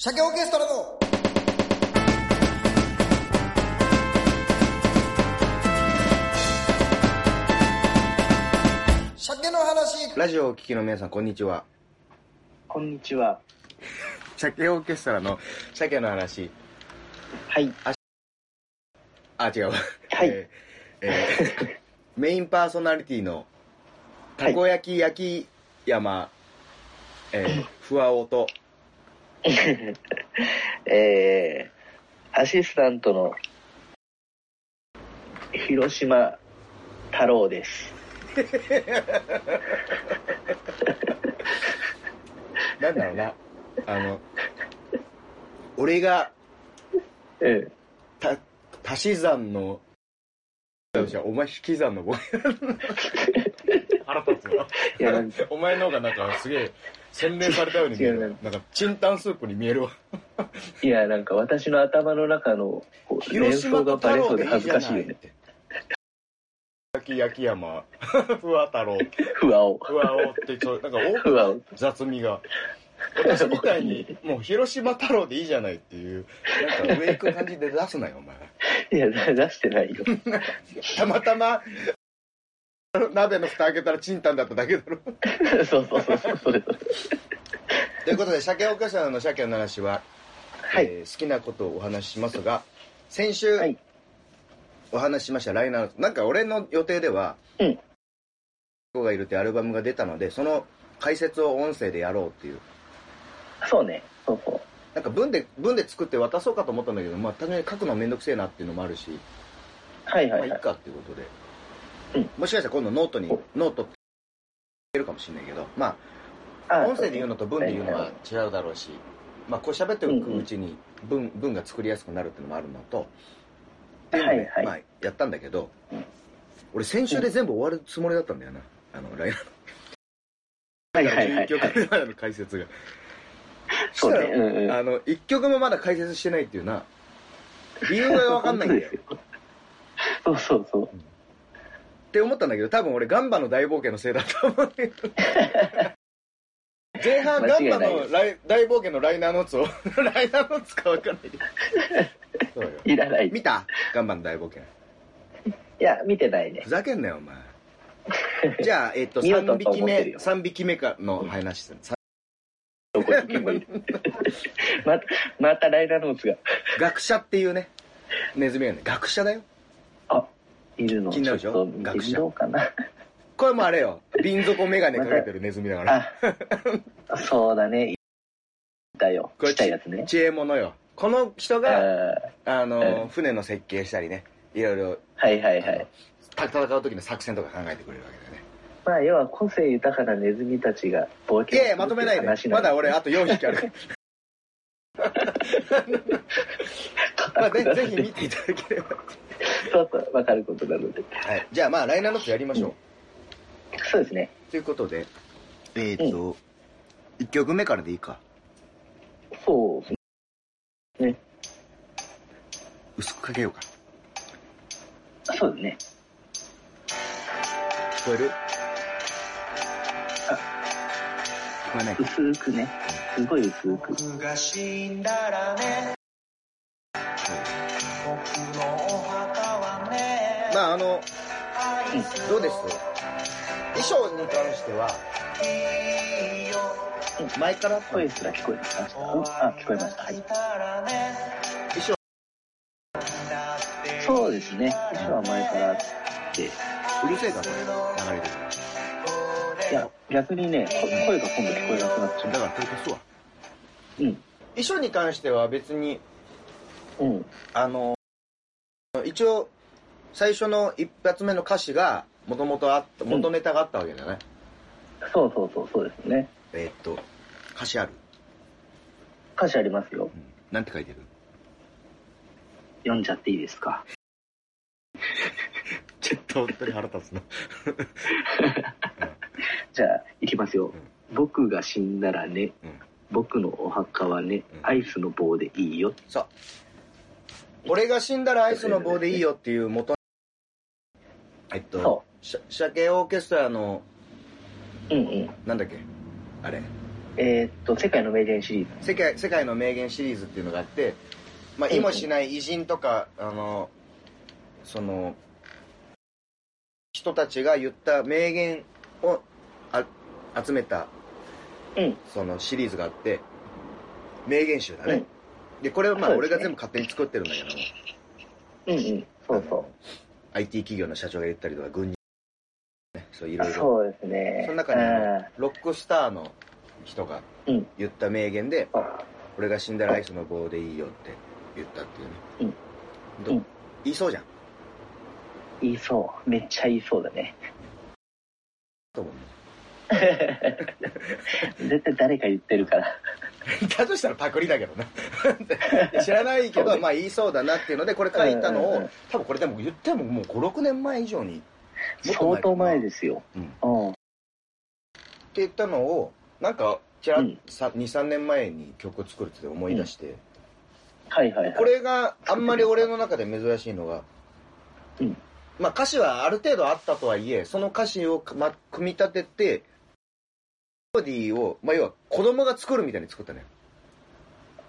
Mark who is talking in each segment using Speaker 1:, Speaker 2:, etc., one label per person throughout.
Speaker 1: 鮭オーケストラの鮭の話
Speaker 2: ラジオをお聞きの皆さん、こんにちは。
Speaker 3: こんにちは。
Speaker 2: 鮭オーケストラの鮭の話。
Speaker 3: はい。
Speaker 2: あ、違うわ。
Speaker 3: はい
Speaker 2: えーえーメインパーソナリティの、たこ焼き焼き山、え ー、ふわおと、
Speaker 3: えー、アシスタントの広島太郎です。
Speaker 2: なんだろうな。あの、俺が、
Speaker 3: うん。
Speaker 2: た、足し算の、お前引き算のボケ。腹立つわ。
Speaker 3: いや、なんか、
Speaker 2: お前の方がなんかすげえ洗練されたように見え
Speaker 3: 違う
Speaker 2: る
Speaker 3: ね。
Speaker 2: なんか、チンタンスープに見えるわ。
Speaker 3: いやなんか私の頭の中のこう連
Speaker 2: 広島
Speaker 3: 想が
Speaker 2: と
Speaker 3: バ
Speaker 2: 太
Speaker 3: レそ
Speaker 2: 郎で
Speaker 3: うで
Speaker 2: いい
Speaker 3: 恥
Speaker 2: じ
Speaker 3: ず
Speaker 2: ゃ
Speaker 3: かしい
Speaker 2: な
Speaker 3: よ
Speaker 2: いっ
Speaker 3: ね。
Speaker 2: て。焼き焼き山、 ふわ太郎、
Speaker 3: 不安を。
Speaker 2: ふわおって、ちょ、なんか
Speaker 3: 不安を。
Speaker 2: お、雑味が。私みたいに、もう広島太郎でいいじゃないっていう、なんか上行く感じで出すなよ、お前。
Speaker 3: いや、出してない よ。
Speaker 2: たまたま、鍋の蓋開けたらチンタンだっただけだろ。
Speaker 3: そうそうそうそう、それそれ。
Speaker 2: ということで、鮭おかしなの鮭の話は、
Speaker 3: はい
Speaker 2: えー好きなことをお話ししますが、先週、
Speaker 3: はい
Speaker 2: お話ししましたライナー、なんか俺の予定では、
Speaker 3: うん
Speaker 2: 子がいるってアルバムが出たので、その解説を音声でやろうっていう。
Speaker 3: そうね。そうそう。
Speaker 2: なんか文で、文で作って渡そうかと思ったんだけど、まあ単純に書くのめんどくせえなっていうのもあるし、
Speaker 3: はいはい
Speaker 2: まあ
Speaker 3: はい
Speaker 2: い
Speaker 3: い
Speaker 2: っ。かっていうことで、
Speaker 3: うん
Speaker 2: もしかしたら今度ノートに
Speaker 3: お、
Speaker 2: ノートってるかもしれないけど、まあ
Speaker 3: あ
Speaker 2: 音声で言うのと文で言うのは違うだろうし、まあ、こう喋っていくうちに文文が作りやすくなるっていうのもあるのと、っていうので、
Speaker 3: はいはい
Speaker 2: まあ、やったんだけど
Speaker 3: うん、
Speaker 2: 俺先週で全部終わるつもりだったんだよな。あの、来
Speaker 3: はい
Speaker 2: 年
Speaker 3: はいはい
Speaker 2: 11。曲目までの解説が。
Speaker 3: そうね。
Speaker 2: した
Speaker 3: うんうん。
Speaker 2: ら、あの、1曲もまだ解説してないっていうな、理由がわかんないんだよ。
Speaker 3: 本当ですよ。そうそうそう。
Speaker 2: って思ったんだけど、多分俺ガンバの大冒険のせいだと思うんだけど。 前半ガンバ
Speaker 3: 間違いない
Speaker 2: のライ大冒険のライナーノーツを、 ライナーノーツかわかんないけど。そうよ。
Speaker 3: いらない。
Speaker 2: 見たガンバの大冒険。
Speaker 3: いや、見てないね
Speaker 2: ふ。ざけんなよ、お 前。じゃあ、えっと、
Speaker 3: 見ようと
Speaker 2: 3
Speaker 3: は思
Speaker 2: 匹
Speaker 3: ってる
Speaker 2: 目、
Speaker 3: よ
Speaker 2: 三匹目かの話する。さ
Speaker 3: どこ行けばいいままたライダーノーツが
Speaker 2: 学者っていうね、ネズミがね、学者だよ。
Speaker 3: いるのを
Speaker 2: 気に
Speaker 3: ち
Speaker 2: な
Speaker 3: ょ
Speaker 2: るで
Speaker 3: っ
Speaker 2: しょ
Speaker 3: と見てみようかな。
Speaker 2: これもあれよ、瓶底メガネかけてるネズミだ から。
Speaker 3: あ、そうだね。だよ。
Speaker 2: これ
Speaker 3: 来たやつね。
Speaker 2: 知恵者よ。この人
Speaker 3: あー
Speaker 2: が、あ
Speaker 3: う
Speaker 2: の、
Speaker 3: ん
Speaker 2: 船の設計したりね、いろいろ
Speaker 3: はいはいはい。
Speaker 2: あのた戦う時の作戦とか考えてくれるわけだよね。
Speaker 3: まあ、要は個性豊かなネズミたちが冒
Speaker 2: いや
Speaker 3: 険を
Speaker 2: い
Speaker 3: する
Speaker 2: や、まとめない
Speaker 3: 話
Speaker 2: で。
Speaker 3: な
Speaker 2: ま
Speaker 3: んで
Speaker 2: だ俺、あと4匹ある。 まあ、
Speaker 3: 硬く
Speaker 2: ぜ
Speaker 3: なる
Speaker 2: ぜひ見ていただければ。
Speaker 3: そうそう、わかることなので。
Speaker 2: はい。じゃあ、まあ、ライナーノットやりましょう。
Speaker 3: そうですね。
Speaker 2: ということで、えっ、ー、と、1曲目からでいいか。
Speaker 3: そうですね。
Speaker 2: 薄くかけようか。
Speaker 3: そうですね。
Speaker 2: 聞こえる聞こえないか。
Speaker 3: 薄くね。すごい薄く。
Speaker 1: 僕が死んだらね僕のお墓はね
Speaker 2: まあ、あの、
Speaker 1: 愛す
Speaker 2: どうです衣装に関しては、
Speaker 1: いいよ
Speaker 2: 前からあった
Speaker 3: 声すら聞こえてきました。うんあ、聞こえました。はい。
Speaker 2: 衣装
Speaker 3: そうですね。衣装は前からあって。いう
Speaker 2: るせえか、これ。流れて
Speaker 3: や、逆にね、こ声が今度聞こえなくなっちゃ
Speaker 2: る。だから、これ消すわ。
Speaker 3: う。うん。
Speaker 2: 衣装に関しては別に、
Speaker 3: うん。
Speaker 2: あの、一応、最初の一発目の歌詞が、もともとあった、元ネタがあったわけだね。
Speaker 3: そうそうそう、そうですね。
Speaker 2: えーっと、歌詞ある、
Speaker 3: 歌詞ありますよ。
Speaker 2: うんなんて書いてる
Speaker 3: 読んじゃっていいですか。
Speaker 2: ちょっと本当に腹立つな。
Speaker 3: じゃあ、いきますよ。僕が死んだらね、
Speaker 2: うん
Speaker 3: 僕のお墓はね
Speaker 2: うん、
Speaker 3: アイスの棒でいいよ。
Speaker 2: さあ、俺が死んだらアイスの棒でいいよっていう元、えっと
Speaker 3: そ、
Speaker 2: しゃ鮭オーケストラの、
Speaker 3: うんうん。
Speaker 2: なんだっけあれ、
Speaker 3: えーっと、世界の名言シリーズ。
Speaker 2: 世界世界の名言シリーズっていうのがあって、まあ、
Speaker 3: うんう
Speaker 2: 意
Speaker 3: ん
Speaker 2: もしない偉人とか、あのその人たちが言った名言をあ集めた
Speaker 3: うん
Speaker 2: そのシリーズがあって名言集だね、でこれはまあ
Speaker 3: そう
Speaker 2: 俺
Speaker 3: ですね
Speaker 2: が全部勝手に作ってるんだけども、
Speaker 3: うんうん。そうそ。
Speaker 2: IT 企業の社長が言ったりとか軍人ねそういうろいろ
Speaker 3: そうですね。
Speaker 2: その中にあの
Speaker 3: うん
Speaker 2: ロックスターの人が
Speaker 3: うん
Speaker 2: 言った名言で、
Speaker 3: あ
Speaker 2: 俺が死んだらアイスの棒でいいよって言ったっていうね、
Speaker 3: うん
Speaker 2: ど言いそうじゃん
Speaker 3: 言いそう。めっちゃ言いそうだね。
Speaker 2: と思う
Speaker 3: 絶対誰か言ってるから。
Speaker 2: だとしたらパクリだけどな 知らないけ
Speaker 3: そう
Speaker 2: ど、
Speaker 3: ね
Speaker 2: まあ言いそうだなっていうのでこれ書いたのを、
Speaker 3: うんうんうん
Speaker 2: 多分これでも言ってももう56年前以上にもっと前かな
Speaker 3: 相当前ですよ。うん。
Speaker 2: って言ったのをなんかちらっ、
Speaker 3: うん
Speaker 2: 23年前に曲作るって思い出して、
Speaker 3: はいはいはい。
Speaker 2: これがあんまり俺の中で珍しいのが、
Speaker 3: うん
Speaker 2: まあ歌詞はある程度あったとはいえその歌詞を、ま、組み立ててメロディーを、まあ、要は子供が作るみたいに作ったね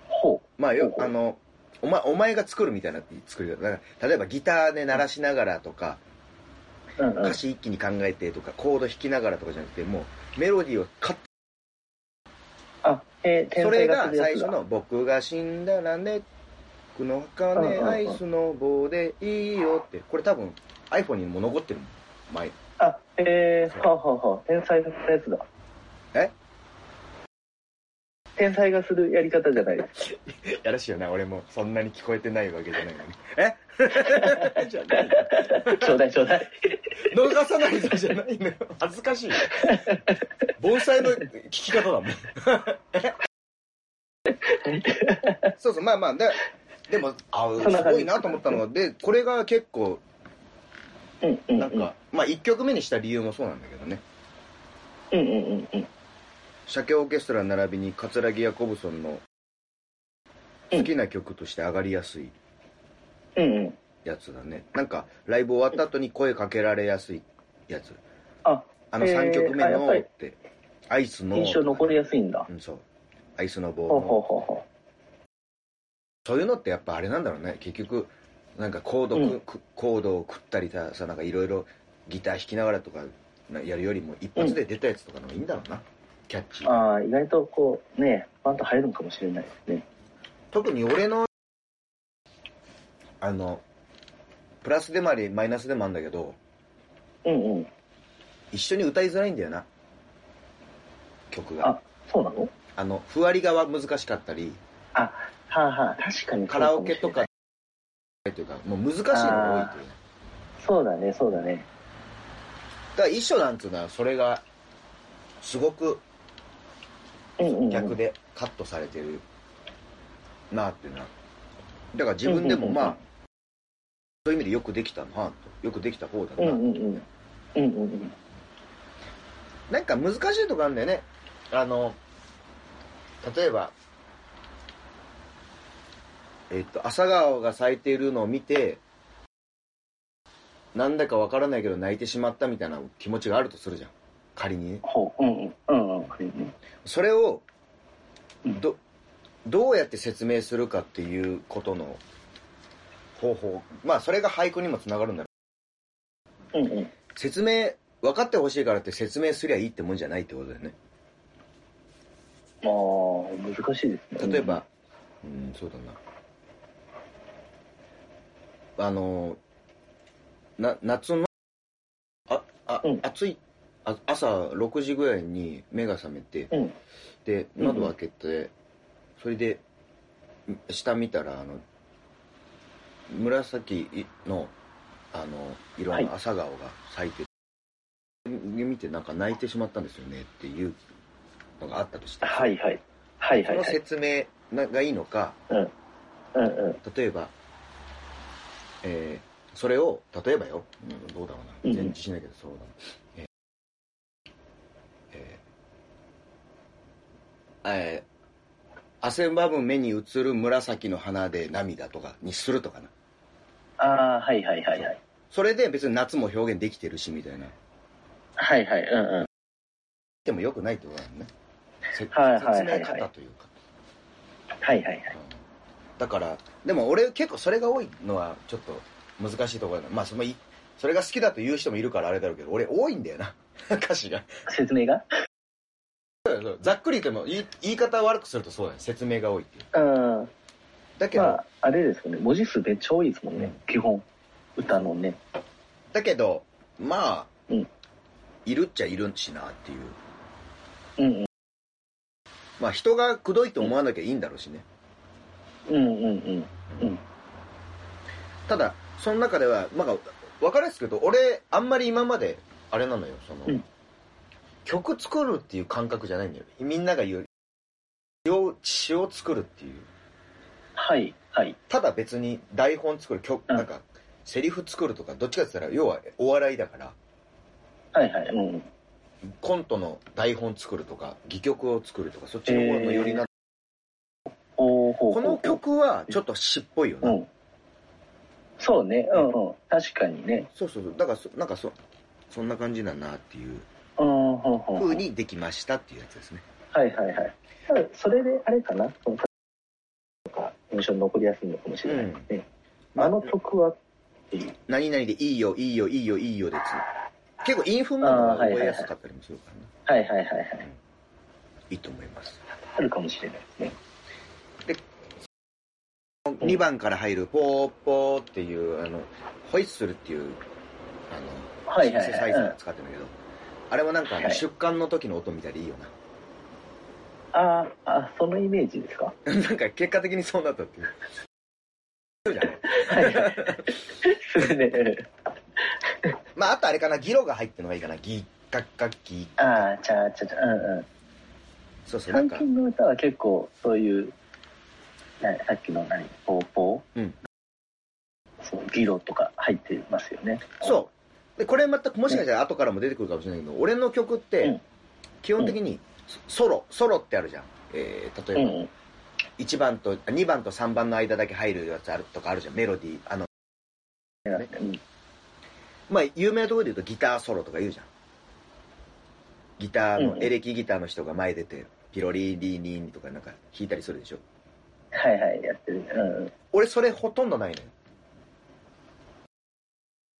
Speaker 3: ほ
Speaker 2: まあよ
Speaker 3: ほうほう
Speaker 2: あのお前お前が作るみたいな作り方だから例えばギターで鳴らしながらとか
Speaker 3: う。うんうん
Speaker 2: 歌。詞一気に考えてとかコード弾きながらとかじゃなくてもうメロディーを勝手
Speaker 3: あ、えー、天
Speaker 2: そ
Speaker 3: 才
Speaker 2: れ
Speaker 3: が
Speaker 2: が
Speaker 3: するや
Speaker 2: 最
Speaker 3: つ
Speaker 2: 初
Speaker 3: だ。
Speaker 2: の「僕が死んだらねこの
Speaker 3: うんうん
Speaker 2: 金
Speaker 3: うん
Speaker 2: アイスの棒でいいよ」ってこれ多分 iPhone にも残ってるもん前
Speaker 3: あ、えー、はあ、はあはあ、天才がするやつだ。
Speaker 2: え
Speaker 3: 天才がするやり方 じゃないですか。
Speaker 2: やらしいよな俺もそんなに聞こえてないわけじゃないのにえ じゃない
Speaker 3: ちょうだいちょうだい。
Speaker 2: 逃さないぞじゃないのよ恥ずかしいよ盆栽の聞き方だ もんそうそうまあまあででもあ
Speaker 3: そんな
Speaker 2: す
Speaker 3: 感
Speaker 2: ご
Speaker 3: じ
Speaker 2: いなと思ったのがでこれが結構
Speaker 3: うんうんうん。
Speaker 2: なんか、まあ1曲目にした理由もそうなんだけどね
Speaker 3: うんうんうんうん。
Speaker 2: 社協オーケストラ並びに桂木ヤコブソンの好きな曲として上がりやすい
Speaker 3: うんうん。
Speaker 2: やつだねなんかライブ終わった後に声かけられやすいやつ
Speaker 3: あ、
Speaker 2: あの
Speaker 3: へー
Speaker 2: 3曲目
Speaker 3: あやっ
Speaker 2: の
Speaker 3: ぱり
Speaker 2: ってアイスの
Speaker 3: 印象残りやすいんだ。
Speaker 2: うん、そう。アイスの棒
Speaker 3: ほうほう
Speaker 2: の。
Speaker 3: ほうほ
Speaker 2: そういうのってやっぱあれなんだろうね。結局、なんかコードく、
Speaker 3: うん
Speaker 2: くコードを食ったりさ、さなんかいろいろギター弾きながらとかなやるよりも、一発で出たやつとかの方がいいんだろうな。キャッチ
Speaker 3: う。
Speaker 2: ー。
Speaker 3: ああ、意外とこう、ね、バンと入るのかもしれないですね。
Speaker 2: 特に俺の、あの、プラスでもあり、マイナスでもあるんだけど、
Speaker 3: うんうん。
Speaker 2: 一緒に歌いづらいんだよな。曲が。あ
Speaker 3: あ、そうなの
Speaker 2: の、ふわりがは難しかったり、
Speaker 3: はあはあ、確かにそ
Speaker 2: カ
Speaker 3: うも
Speaker 2: ラオケ
Speaker 3: しれない
Speaker 2: とか、というか、もう難しいのが多いという。
Speaker 3: そうだね、そうだね。
Speaker 2: だから一緒なんつうのはそれがすごく
Speaker 3: うんうん、うん。
Speaker 2: 逆でカットされてるなっていうのはだから自分でも
Speaker 3: うんうんうん
Speaker 2: まあそういう意味でよくできたなとよくできた方だ
Speaker 3: うん
Speaker 2: な、
Speaker 3: うんうん。うんうんうん。
Speaker 2: なんか難しいとこあるんだよねあの例えばえっと朝顔が咲いているのを見てなんだかわからないけど泣いてしまったみたいな気持ちがあるとするじゃん仮にね
Speaker 3: ほう、うんうん。うんうん。これね
Speaker 2: それを
Speaker 3: うん
Speaker 2: どどうやって説明するかっていうことの方法まあそれが俳句にもつながるんだろ
Speaker 3: うんうん。
Speaker 2: う説明分かってほしいからって説明すりゃいいってもんじゃないってことだよね
Speaker 3: まあ、難しいですね。
Speaker 2: 例えばうん、そうだなあのな夏のああ、
Speaker 3: うん
Speaker 2: 暑いあ朝6時ぐらいに目が覚めて、
Speaker 3: うん
Speaker 2: で
Speaker 3: うん
Speaker 2: 窓を開けて、それでん下見たらあの紫のあの色
Speaker 3: はい
Speaker 2: の朝顔が咲いて、で見てなんか泣いてしまったんですよねっていうのがあったとして、
Speaker 3: はいはい。はい
Speaker 2: そ
Speaker 3: はい
Speaker 2: の
Speaker 3: はい。
Speaker 2: 説明ながいいのか
Speaker 3: うんうん。
Speaker 2: 例えば、えーそれを例えばよ、うんどうだろう
Speaker 3: うん
Speaker 2: な全然しないけどそうだな、えーえーえー汗ばむ目に映る紫の花で涙とかにするとかな
Speaker 3: ああ、はいはいはいはい。
Speaker 2: それで別に夏も表現できてるしみたいな
Speaker 3: はいはい、うんうん。
Speaker 2: でもよくないってことだよねせ説
Speaker 3: はいはいはいはい
Speaker 2: 明方というか、
Speaker 3: はいはいはい。
Speaker 2: だからでも俺結構それが多いのはちょっと難しいところだなまあそのいそれが好きだと言う人もいるからあれだろうけど俺多いんだよな 歌詞が
Speaker 3: 説明が
Speaker 2: ざっくり言っても言い言い方悪くするとそうだね説明が多いっていう
Speaker 3: うん。
Speaker 2: だけど、
Speaker 3: まあ、あれですよね。文字数めっちゃ多いですもんね。
Speaker 2: うん
Speaker 3: 基本。歌のね。
Speaker 2: だけどまあ、
Speaker 3: うん
Speaker 2: いるっちゃいるしなっていう
Speaker 3: うんうん。
Speaker 2: まあ人がくどいと思わなきゃいいんだろうしね、
Speaker 3: うんうんうん。
Speaker 2: ただその中ではなんか分かりやすく言うと俺あんまり今まであれなのよその、
Speaker 3: うん
Speaker 2: 曲作るっていう感覚じゃないんだよみんなが言う詩を詩を作るっていう
Speaker 3: はいはい。
Speaker 2: ただ別に台本作る曲、
Speaker 3: うん
Speaker 2: なんかセリフ作るとかどっちかって言ったら要はお笑いだから
Speaker 3: はいはい。うんうん。
Speaker 2: コントの台本作るとか戯曲を作るとかそっちの方のよりな、
Speaker 3: ほうほうほう
Speaker 2: この曲はちょっと詩っぽいよ
Speaker 3: う
Speaker 2: な、
Speaker 3: ん。そうね。うんうん。確かにね。
Speaker 2: そうそうそうだからそなんかそそんな感じだなっていう
Speaker 3: うん。ほうほうほう
Speaker 2: 風にできましたっていうやつですね
Speaker 3: はいはいはい。ただそれであれかな、そのとか印象に残りやすいのかもしれないですね。
Speaker 2: うん
Speaker 3: あの曲は、
Speaker 2: 何々でいいよ、いいよ、いいよ、いいよです。結構インフマの方が覚えやすかったりもするからね。
Speaker 3: はいはいはいはい、
Speaker 2: いいと思います。
Speaker 3: あるかもしれないですね。
Speaker 2: 2番から入る、ポーポーっていう、あの、ホイッスルっていう、あの、
Speaker 3: はいは
Speaker 2: シ
Speaker 3: い
Speaker 2: ンセサ
Speaker 3: はい。
Speaker 2: イ
Speaker 3: う
Speaker 2: ザ
Speaker 3: ん
Speaker 2: ー使ってるんだけど、あれもなんかあの
Speaker 3: はい
Speaker 2: 出棺の時の音みたいでいいよな。
Speaker 3: あーあ、そのイメージですか。
Speaker 2: なん か結果的にそうなったっていう。そうじゃない
Speaker 3: はいはい。それで、
Speaker 2: まあ、あとあれかな、ギロが入ってるのがいいかな。ギッカッカッギ
Speaker 3: ああ、ちゃーちゃーちゃー、うんうん。
Speaker 2: そうそう、なん
Speaker 3: 最
Speaker 2: か、
Speaker 3: 近の歌は結構そういう、なさっきの何、ポーポー、
Speaker 2: うん
Speaker 3: そう、ギロとか入ってますよね。
Speaker 2: そう。で、これまた、もしかしたら後からも出てくるかもしれないけど、俺の曲っ
Speaker 3: う
Speaker 2: て
Speaker 3: ん、
Speaker 2: 基本的に、ソロ、ソロってあるじゃん。えー、
Speaker 3: う
Speaker 2: 例
Speaker 3: ん
Speaker 2: え
Speaker 3: う
Speaker 2: ば、
Speaker 3: ん。
Speaker 2: 1番と、2番と3番の間だけ入るやつあるとかあるじゃん、メロディー。あの、
Speaker 3: うん
Speaker 2: まあ、有名なところで言うとギターソロとか言うじゃん。ギター
Speaker 3: う
Speaker 2: の、
Speaker 3: ん
Speaker 2: エレキギターの人が前出て、ピロリーリーニーンとかなんか弾いたりするでしょ。
Speaker 3: はいはい、やってる。うんうん。
Speaker 2: 俺、それほとんどないのよ。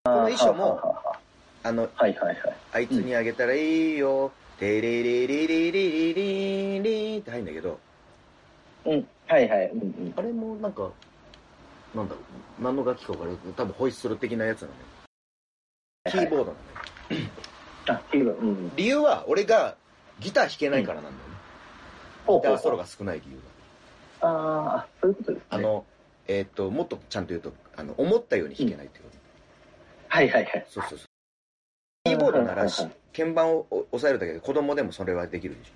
Speaker 2: この衣装
Speaker 3: はあはあ
Speaker 2: も、
Speaker 3: はあはあ
Speaker 2: あの、
Speaker 3: はいはいはい。
Speaker 2: あいつにあげたらいいよ、テレレレレレレレレって入るんだけど、
Speaker 3: うん、はいはい、うんうん。
Speaker 2: あれもなんか、なんだろう、何の楽器か分からない多分ホイッスル的なやつなのね。キーボードなのね。
Speaker 3: あ、っていうの、うんうん。
Speaker 2: 理由は、俺がギター弾けないからなんだよね。
Speaker 3: ほ
Speaker 2: ギターソロ
Speaker 3: が。
Speaker 2: が少ない理由が。
Speaker 3: ああ、そういうことですね。
Speaker 2: あ、の、えーっと、もっとちゃんと言うと、あの、思ったように弾けないってこと。
Speaker 3: はいはいはい。
Speaker 2: そうそうそう。キーボードな
Speaker 3: は
Speaker 2: ら
Speaker 3: いはいはい
Speaker 2: 鍵盤を押さえるだけで子供でもそれはできるでし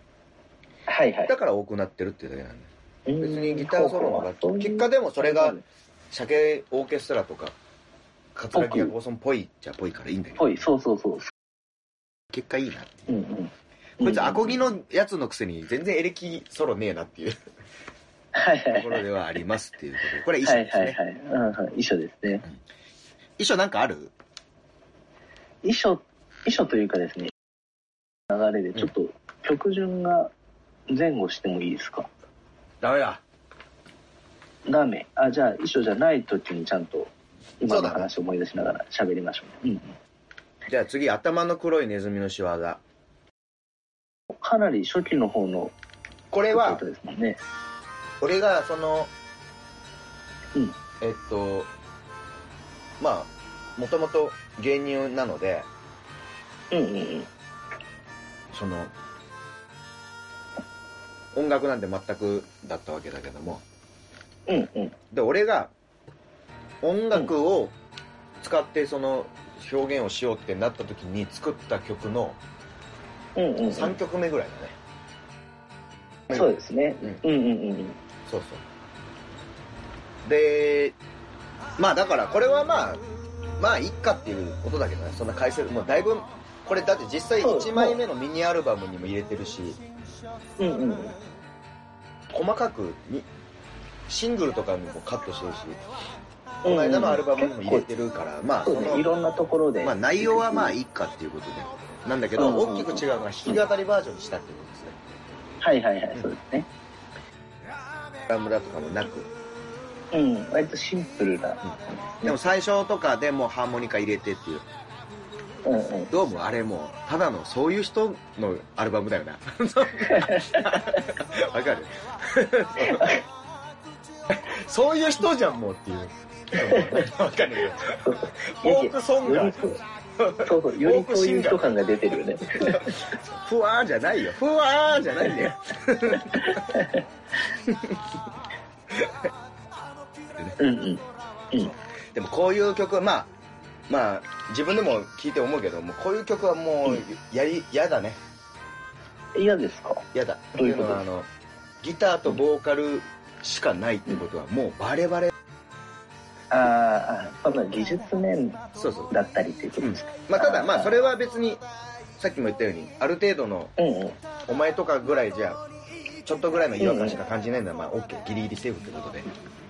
Speaker 3: はいは
Speaker 2: ょ。
Speaker 3: い。
Speaker 2: だから多くなってるっていうだけなんだよ。
Speaker 3: 別
Speaker 2: 別にギターソロの楽器、結果でもそれが、鮭オーケストラとか、桂木がゴソンっぽいじゃぽいからいいんだけど
Speaker 3: ぽ、い、そうそうそう。
Speaker 2: 結果いいなっていう。
Speaker 3: うんうん。
Speaker 2: こいつアコギ
Speaker 3: の。
Speaker 2: のやつのくせに全然エレキソロねえなっていう と
Speaker 3: はいはい
Speaker 2: こ
Speaker 3: は
Speaker 2: ろ
Speaker 3: い。
Speaker 2: ではありますっていうことで、これ衣装
Speaker 3: はい
Speaker 2: ですね。
Speaker 3: はいはい。うんうん、衣装ですね。
Speaker 2: 衣装なんかある
Speaker 3: 衣装、衣装というかですね、流れで、ちょっと曲順が前後してもいいですか
Speaker 2: ダメだ。
Speaker 3: ダメ。あ、じゃあ衣装じゃない時にちゃんと今
Speaker 2: そう
Speaker 3: の
Speaker 2: だね
Speaker 3: 話を思い出しながら喋りましょうね。うん
Speaker 2: じゃあ次、頭の黒いネズミの仕業。
Speaker 3: うん。かなり初期の方の
Speaker 2: これは
Speaker 3: 歌、ですもんね。
Speaker 2: 俺がその、
Speaker 3: うん
Speaker 2: えっと、まあ、もともと芸人なので、
Speaker 3: うんうんうん。
Speaker 2: その、音楽なんて全くだったわけだけども、
Speaker 3: うんうん。
Speaker 2: で俺が音楽を使ってその表現をしようってなった時に作った曲の
Speaker 3: うんうんうん。
Speaker 2: 3曲目ぐらいだね、
Speaker 3: そうですね。うんうんうん
Speaker 2: そうそうでまあだからこれはまあまあいっかっていうことだけどねそんな回数もうだいぶこれだって実際
Speaker 3: そう
Speaker 2: 1枚目のミニアルバムにも入れてるし
Speaker 3: うん。うんうんうん。
Speaker 2: 細かくにシングルとかにもカットしてるしこの間のアルバムにも入れてるからまあ
Speaker 3: そう
Speaker 2: そ
Speaker 3: ですね。い
Speaker 2: の
Speaker 3: ろんなところで。
Speaker 2: まあ、内容はまあいいかっていうことでなんだけど、
Speaker 3: うんうんうん
Speaker 2: 大きく違うのは弾き語りバージョンにしたってことですね、
Speaker 3: はいはいはい、そうですね。
Speaker 2: ラムラとかもなく。
Speaker 3: うん、割とシンプルな。
Speaker 2: でも最初とかでもうハーモニカ入れてっていう。
Speaker 3: うんうん。
Speaker 2: どうもあれもう、ただのそういう人のアルバムだよな。 わかる そういう人じゃん、もうっていう。 わかるよ。フォークソング
Speaker 3: よりそうそうそう、よりそういう人感が出てるよね。
Speaker 2: ふわーじゃないよ。ふわーじゃないんだよ。
Speaker 3: うんうん。うん。
Speaker 2: でもこういう曲は、まあ、まあ、自分でも聞いて思うけど、もうこういう曲はもう、やり、やだね。
Speaker 3: 嫌ですか
Speaker 2: やだ。
Speaker 3: どういうこと
Speaker 2: ってのはあの、ギターとボーカルしかないってことは、もうバレバレ。
Speaker 3: あーあ、その技術面
Speaker 2: そうそう。
Speaker 3: だったりっていうことですか。
Speaker 2: まあ、ただ、まあ、それは別に、さっきも言ったように、ある程度の、
Speaker 3: うんうん。
Speaker 2: お前とかぐらいじゃ、ちょっとぐらいの違和感しか感じないのは、まあ、OK、ギリギリセーフってことで。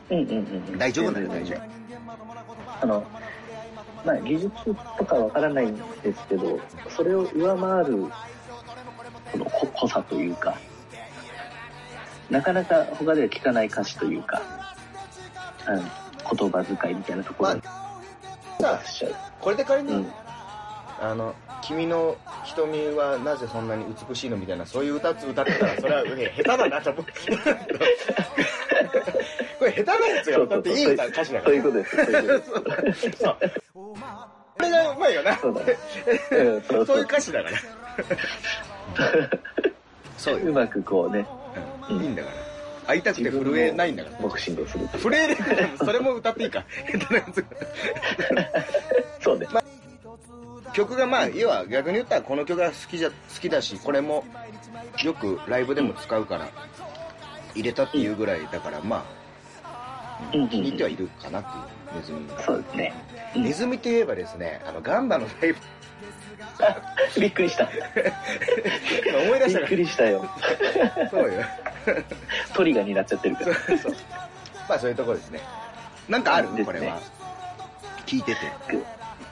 Speaker 3: うんうんうん。
Speaker 2: 大丈夫だよ、
Speaker 3: 全
Speaker 2: 大丈
Speaker 3: 然あの、まあ、技術とかわからないんですけど、それを上回る、このこ濃さというか、なかなか他では聞かない歌詞というか、うん、言葉遣いみたいなところにフォーカスしちゃう。
Speaker 2: 夫。これで仮に、
Speaker 3: うん。
Speaker 2: あの、君の瞳はなぜそんなに美しいのみたいな、そういう歌つ歌ってたら、それは、ね、下手だなと思う。これ、下手なやつが歌っていい歌、歌詞だか
Speaker 3: そう
Speaker 2: ら
Speaker 3: いう。ことです。そういうこ
Speaker 2: そう。これがうまいよな。
Speaker 3: とですそうだね。うん、そう
Speaker 2: そう
Speaker 3: そ
Speaker 2: いう
Speaker 3: う。
Speaker 2: 歌詞だから。そう
Speaker 3: う
Speaker 2: よ。
Speaker 3: まくこうね、
Speaker 2: うんいいんだから。会いたくて震えないんだから。
Speaker 3: ボクシングをするという。
Speaker 2: 震えるそれも歌っていいか。下手なやつが
Speaker 3: そうね。
Speaker 2: 曲がまあ要は逆に言ったらこの曲が好きじゃ好きだしこれもよくライブでも使うから入れたっていうぐらいだからまあ
Speaker 3: うんうんうん
Speaker 2: 気に入ってはいるかなっていうネズミが
Speaker 3: そうですね。
Speaker 2: ネズミといえばですねあのガンバのライブ
Speaker 3: びっくりした。
Speaker 2: 今思い出
Speaker 3: び
Speaker 2: した
Speaker 3: っくりしたよ。
Speaker 2: からそうよ
Speaker 3: トリガーになっちゃってるから。
Speaker 2: そうそうまあそういうとこですねなんかある
Speaker 3: ですね
Speaker 2: これは聞いてて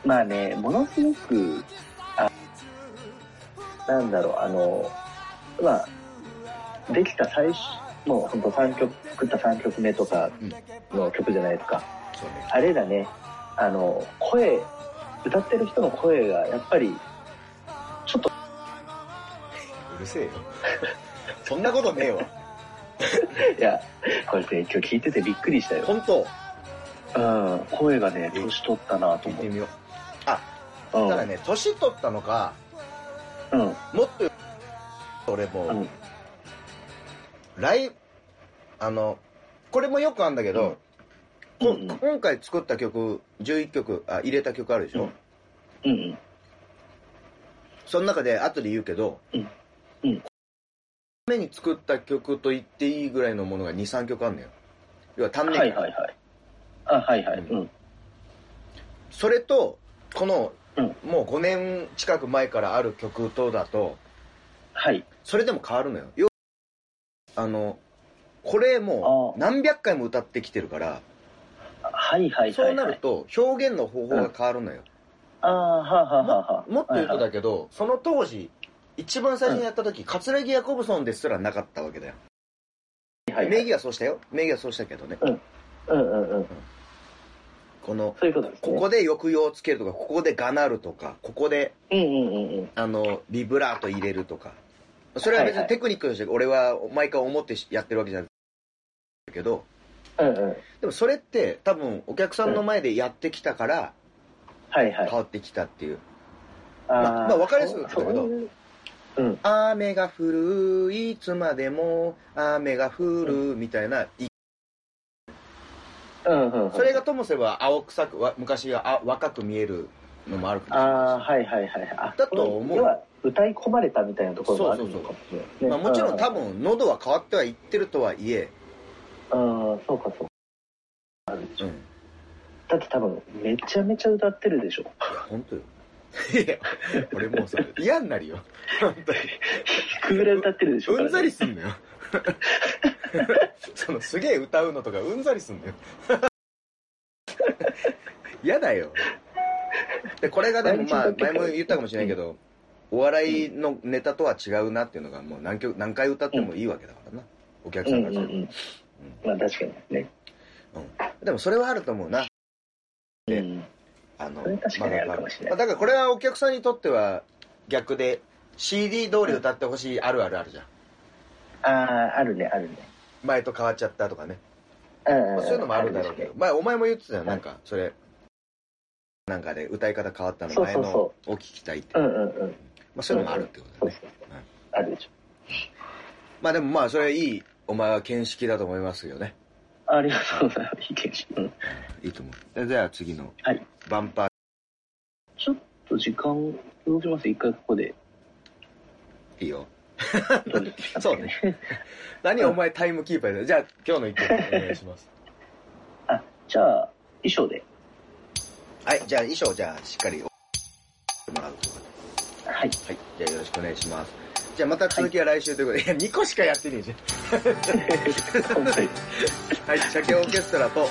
Speaker 3: まあね、ものすごく、あなんだろう、あの、まあ、できた最初、もうほんと3曲、作った3曲目とかの曲じゃないですか。
Speaker 2: そうね
Speaker 3: あれだね、あの、声、歌ってる人の声がやっぱり、
Speaker 2: うるせえよそんなことねえわ
Speaker 3: いや、これね、今日聞いててびっくりしたよ。
Speaker 2: 本当
Speaker 3: うん、声がね、年取ったなと
Speaker 2: 聞い
Speaker 3: 思
Speaker 2: て
Speaker 3: う。
Speaker 2: みよう
Speaker 3: う
Speaker 2: た
Speaker 3: ん、
Speaker 2: だね年取ったのか
Speaker 3: うん、
Speaker 2: もっと俺も
Speaker 3: うん、
Speaker 2: ライブあのこれもよくあるんだけど、
Speaker 3: うん
Speaker 2: こ
Speaker 3: うんうん
Speaker 2: 今回作った曲11曲あ入れた曲あるでしょ、
Speaker 3: うんうん、
Speaker 2: その中で後で言うけど、
Speaker 3: うんうん
Speaker 2: このために作った曲と言っていいぐらいのものが23曲あるのよ要は単
Speaker 3: うん。
Speaker 2: 年
Speaker 3: は
Speaker 2: 間、
Speaker 3: いはいはい。あ、はいはい。うん、
Speaker 2: それとこの、
Speaker 3: うん
Speaker 2: もう5年近く前からある曲とだと
Speaker 3: はい。
Speaker 2: それでも変わるのよ要あのこれも
Speaker 3: あ
Speaker 2: う
Speaker 3: ー
Speaker 2: 何百回も歌ってきてるから
Speaker 3: はいはいはいはい。
Speaker 2: そうなると表現の方法が変わるのよ、
Speaker 3: ああ、はあはあはあはあ。
Speaker 2: もっと言うと
Speaker 3: はいは
Speaker 2: だけど、その当時一番最初にやった時、桂木ヤコブソンですらなかったわけだよ、
Speaker 3: いはいはい
Speaker 2: 名義はそうしたよ名義はそうしたけどね
Speaker 3: うんうんうん。
Speaker 2: この
Speaker 3: そういうことですね。
Speaker 2: ここで抑揚をつけるとかここでがなるとかここで
Speaker 3: うんうんうんうん。
Speaker 2: あのビブラート入れるとかそれは別
Speaker 3: はいは
Speaker 2: に
Speaker 3: い
Speaker 2: テクニックとして俺は毎回思ってやってるわけじゃないけど
Speaker 3: うんうん。
Speaker 2: でもそれって多分お客さんの前でやってきたから
Speaker 3: はいはい
Speaker 2: 変。わってきたっていう
Speaker 3: あー
Speaker 2: まあわかりやすくだけど
Speaker 3: そういううん。
Speaker 2: 雨が降るいつまでも雨が降るみたいな
Speaker 3: うんうんうん。
Speaker 2: それがともすれば青臭くわ昔はあ若く見えるのもあるかもしれ
Speaker 3: あ
Speaker 2: な
Speaker 3: あ、はいはいはいはい。あ
Speaker 2: だと思う
Speaker 3: 要は、歌い込まれたみたいなところがあるのかもしれないです
Speaker 2: い、
Speaker 3: ね。
Speaker 2: まあ、もちろん多分喉は変わってはいってるとはいえ、
Speaker 3: うん。うん、そうかそうか。
Speaker 2: うん、い
Speaker 3: だって多分、めちゃめちゃ歌ってるでしょ。
Speaker 2: や本当よいや俺もうさ嫌になるよ本当に
Speaker 3: 聞くぐらい歌ってるでしょ。
Speaker 2: うんざりすんのよ そのすげえ歌うのとかうんざりすんのよ 嫌だよでこれがでもまあ
Speaker 3: 毎日歌って
Speaker 2: 前
Speaker 3: る
Speaker 2: も言ったかもしれないけど、お笑いのネタとは違うなっていうのがもう何曲何回歌ってもいいわけだからな、お客
Speaker 3: う
Speaker 2: さん
Speaker 3: ん
Speaker 2: が
Speaker 3: うんうん。まあ確かにね。
Speaker 2: でもそれはあると思うな
Speaker 3: う
Speaker 2: で
Speaker 3: ん。
Speaker 2: あの
Speaker 3: それ確かにあるかもしれない
Speaker 2: まあだからこれはお客さんにとっては逆で CD 通り歌ってほしいあるあるあるじゃん
Speaker 3: ああ、あるね、あるね。
Speaker 2: 前と変わっちゃったとかね、
Speaker 3: うん
Speaker 2: まあ、そういうのもあるだろうけど。前お前も言ってたよなんかそれなんかで歌い方変わったの
Speaker 3: そうそう
Speaker 2: 前
Speaker 3: そう
Speaker 2: のを聞きたいって
Speaker 3: うんうんうん。
Speaker 2: まあそういうのもあるってことだよね
Speaker 3: そうそうそう
Speaker 2: はい。
Speaker 3: あるでしょ。
Speaker 2: まあでもまあそれはいいお前は見識だと思いますよね
Speaker 3: ありがとうございます。意見しうん
Speaker 2: いいと思うでじゃあ次の
Speaker 3: はい。
Speaker 2: バンパー
Speaker 3: ちょっと時間動きます。一回ここで。
Speaker 2: いいよ
Speaker 3: どうですか
Speaker 2: そうね。何お前タイムキーパーでじゃあ今日の一曲お願いします
Speaker 3: あ、じゃあ、衣装で。
Speaker 2: はいじゃあ衣装じゃあしっかりおもらうということで
Speaker 3: はい。
Speaker 2: はい、じゃあよろしくお願いします。じゃあまた続きは来週ということで、い、や、2個しかやってねえじ
Speaker 3: 今回、
Speaker 2: ゃん。はい、鮭オーケストラと、は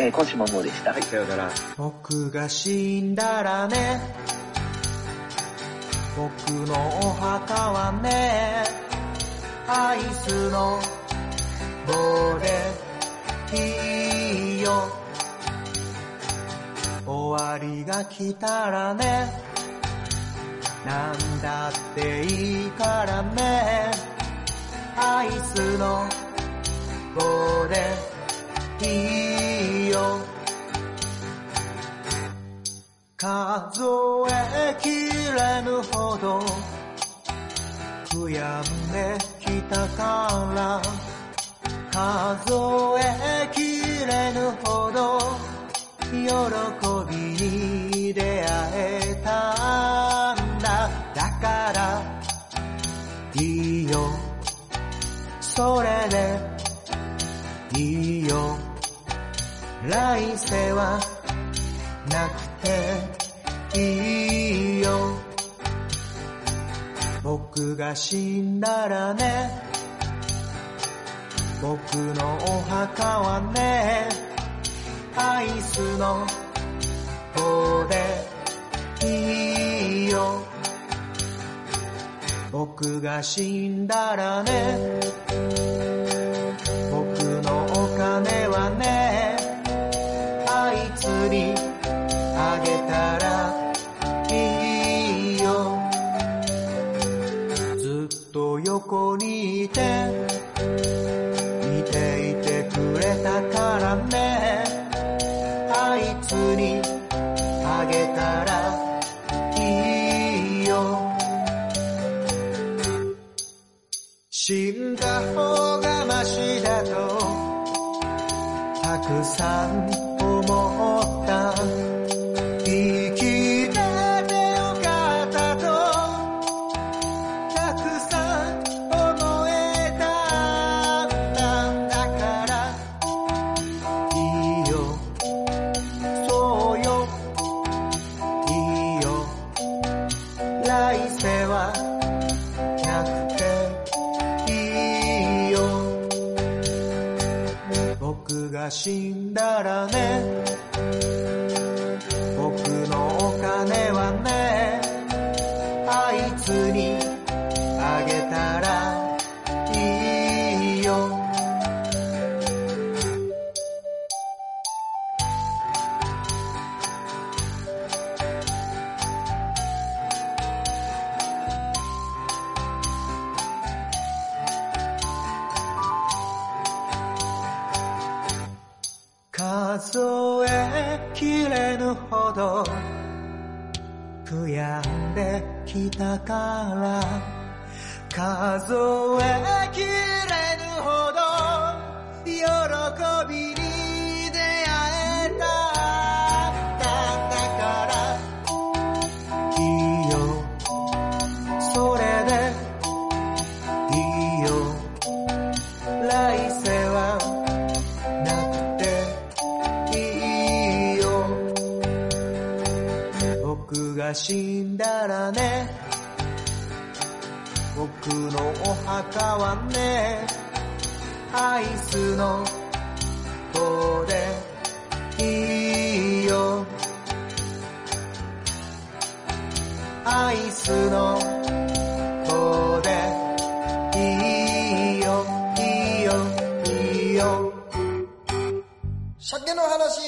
Speaker 3: えー、今週ももうでした。
Speaker 2: い、さようなら。
Speaker 1: 僕が死んだらね僕のお墓はねアイスの棒でいいよ終わりが来たらねなんだっていいからねアイスの棒でいいよ数えきれぬほど悔やんできたから数えきれぬほど喜びに出会えたんだだからいいよそれでいいよ来世はなくていいよ僕が死んだらね僕のお墓はねアイスの棒でいいよ僕が死んだらね僕のお金はねあいつにあげたらいいよずっと横にいて見ていてくれたからねあいつにあげたらいいよ死んだ方がマシだとたくさん思った生きててよかったとたくさん思えたんだからいいよそうよいいよ来世はなくていいよ僕が死んだらね僕のお金はねあいつにあげたらいいよ数えきれぬほど悔やんできたから数えきれぬほど喜びに出会えたんだからいいよそれでいいよ来世はなくていいよ僕が死んだらね僕のお墓はねアイスの棒でいいよアイス
Speaker 4: 鮭の話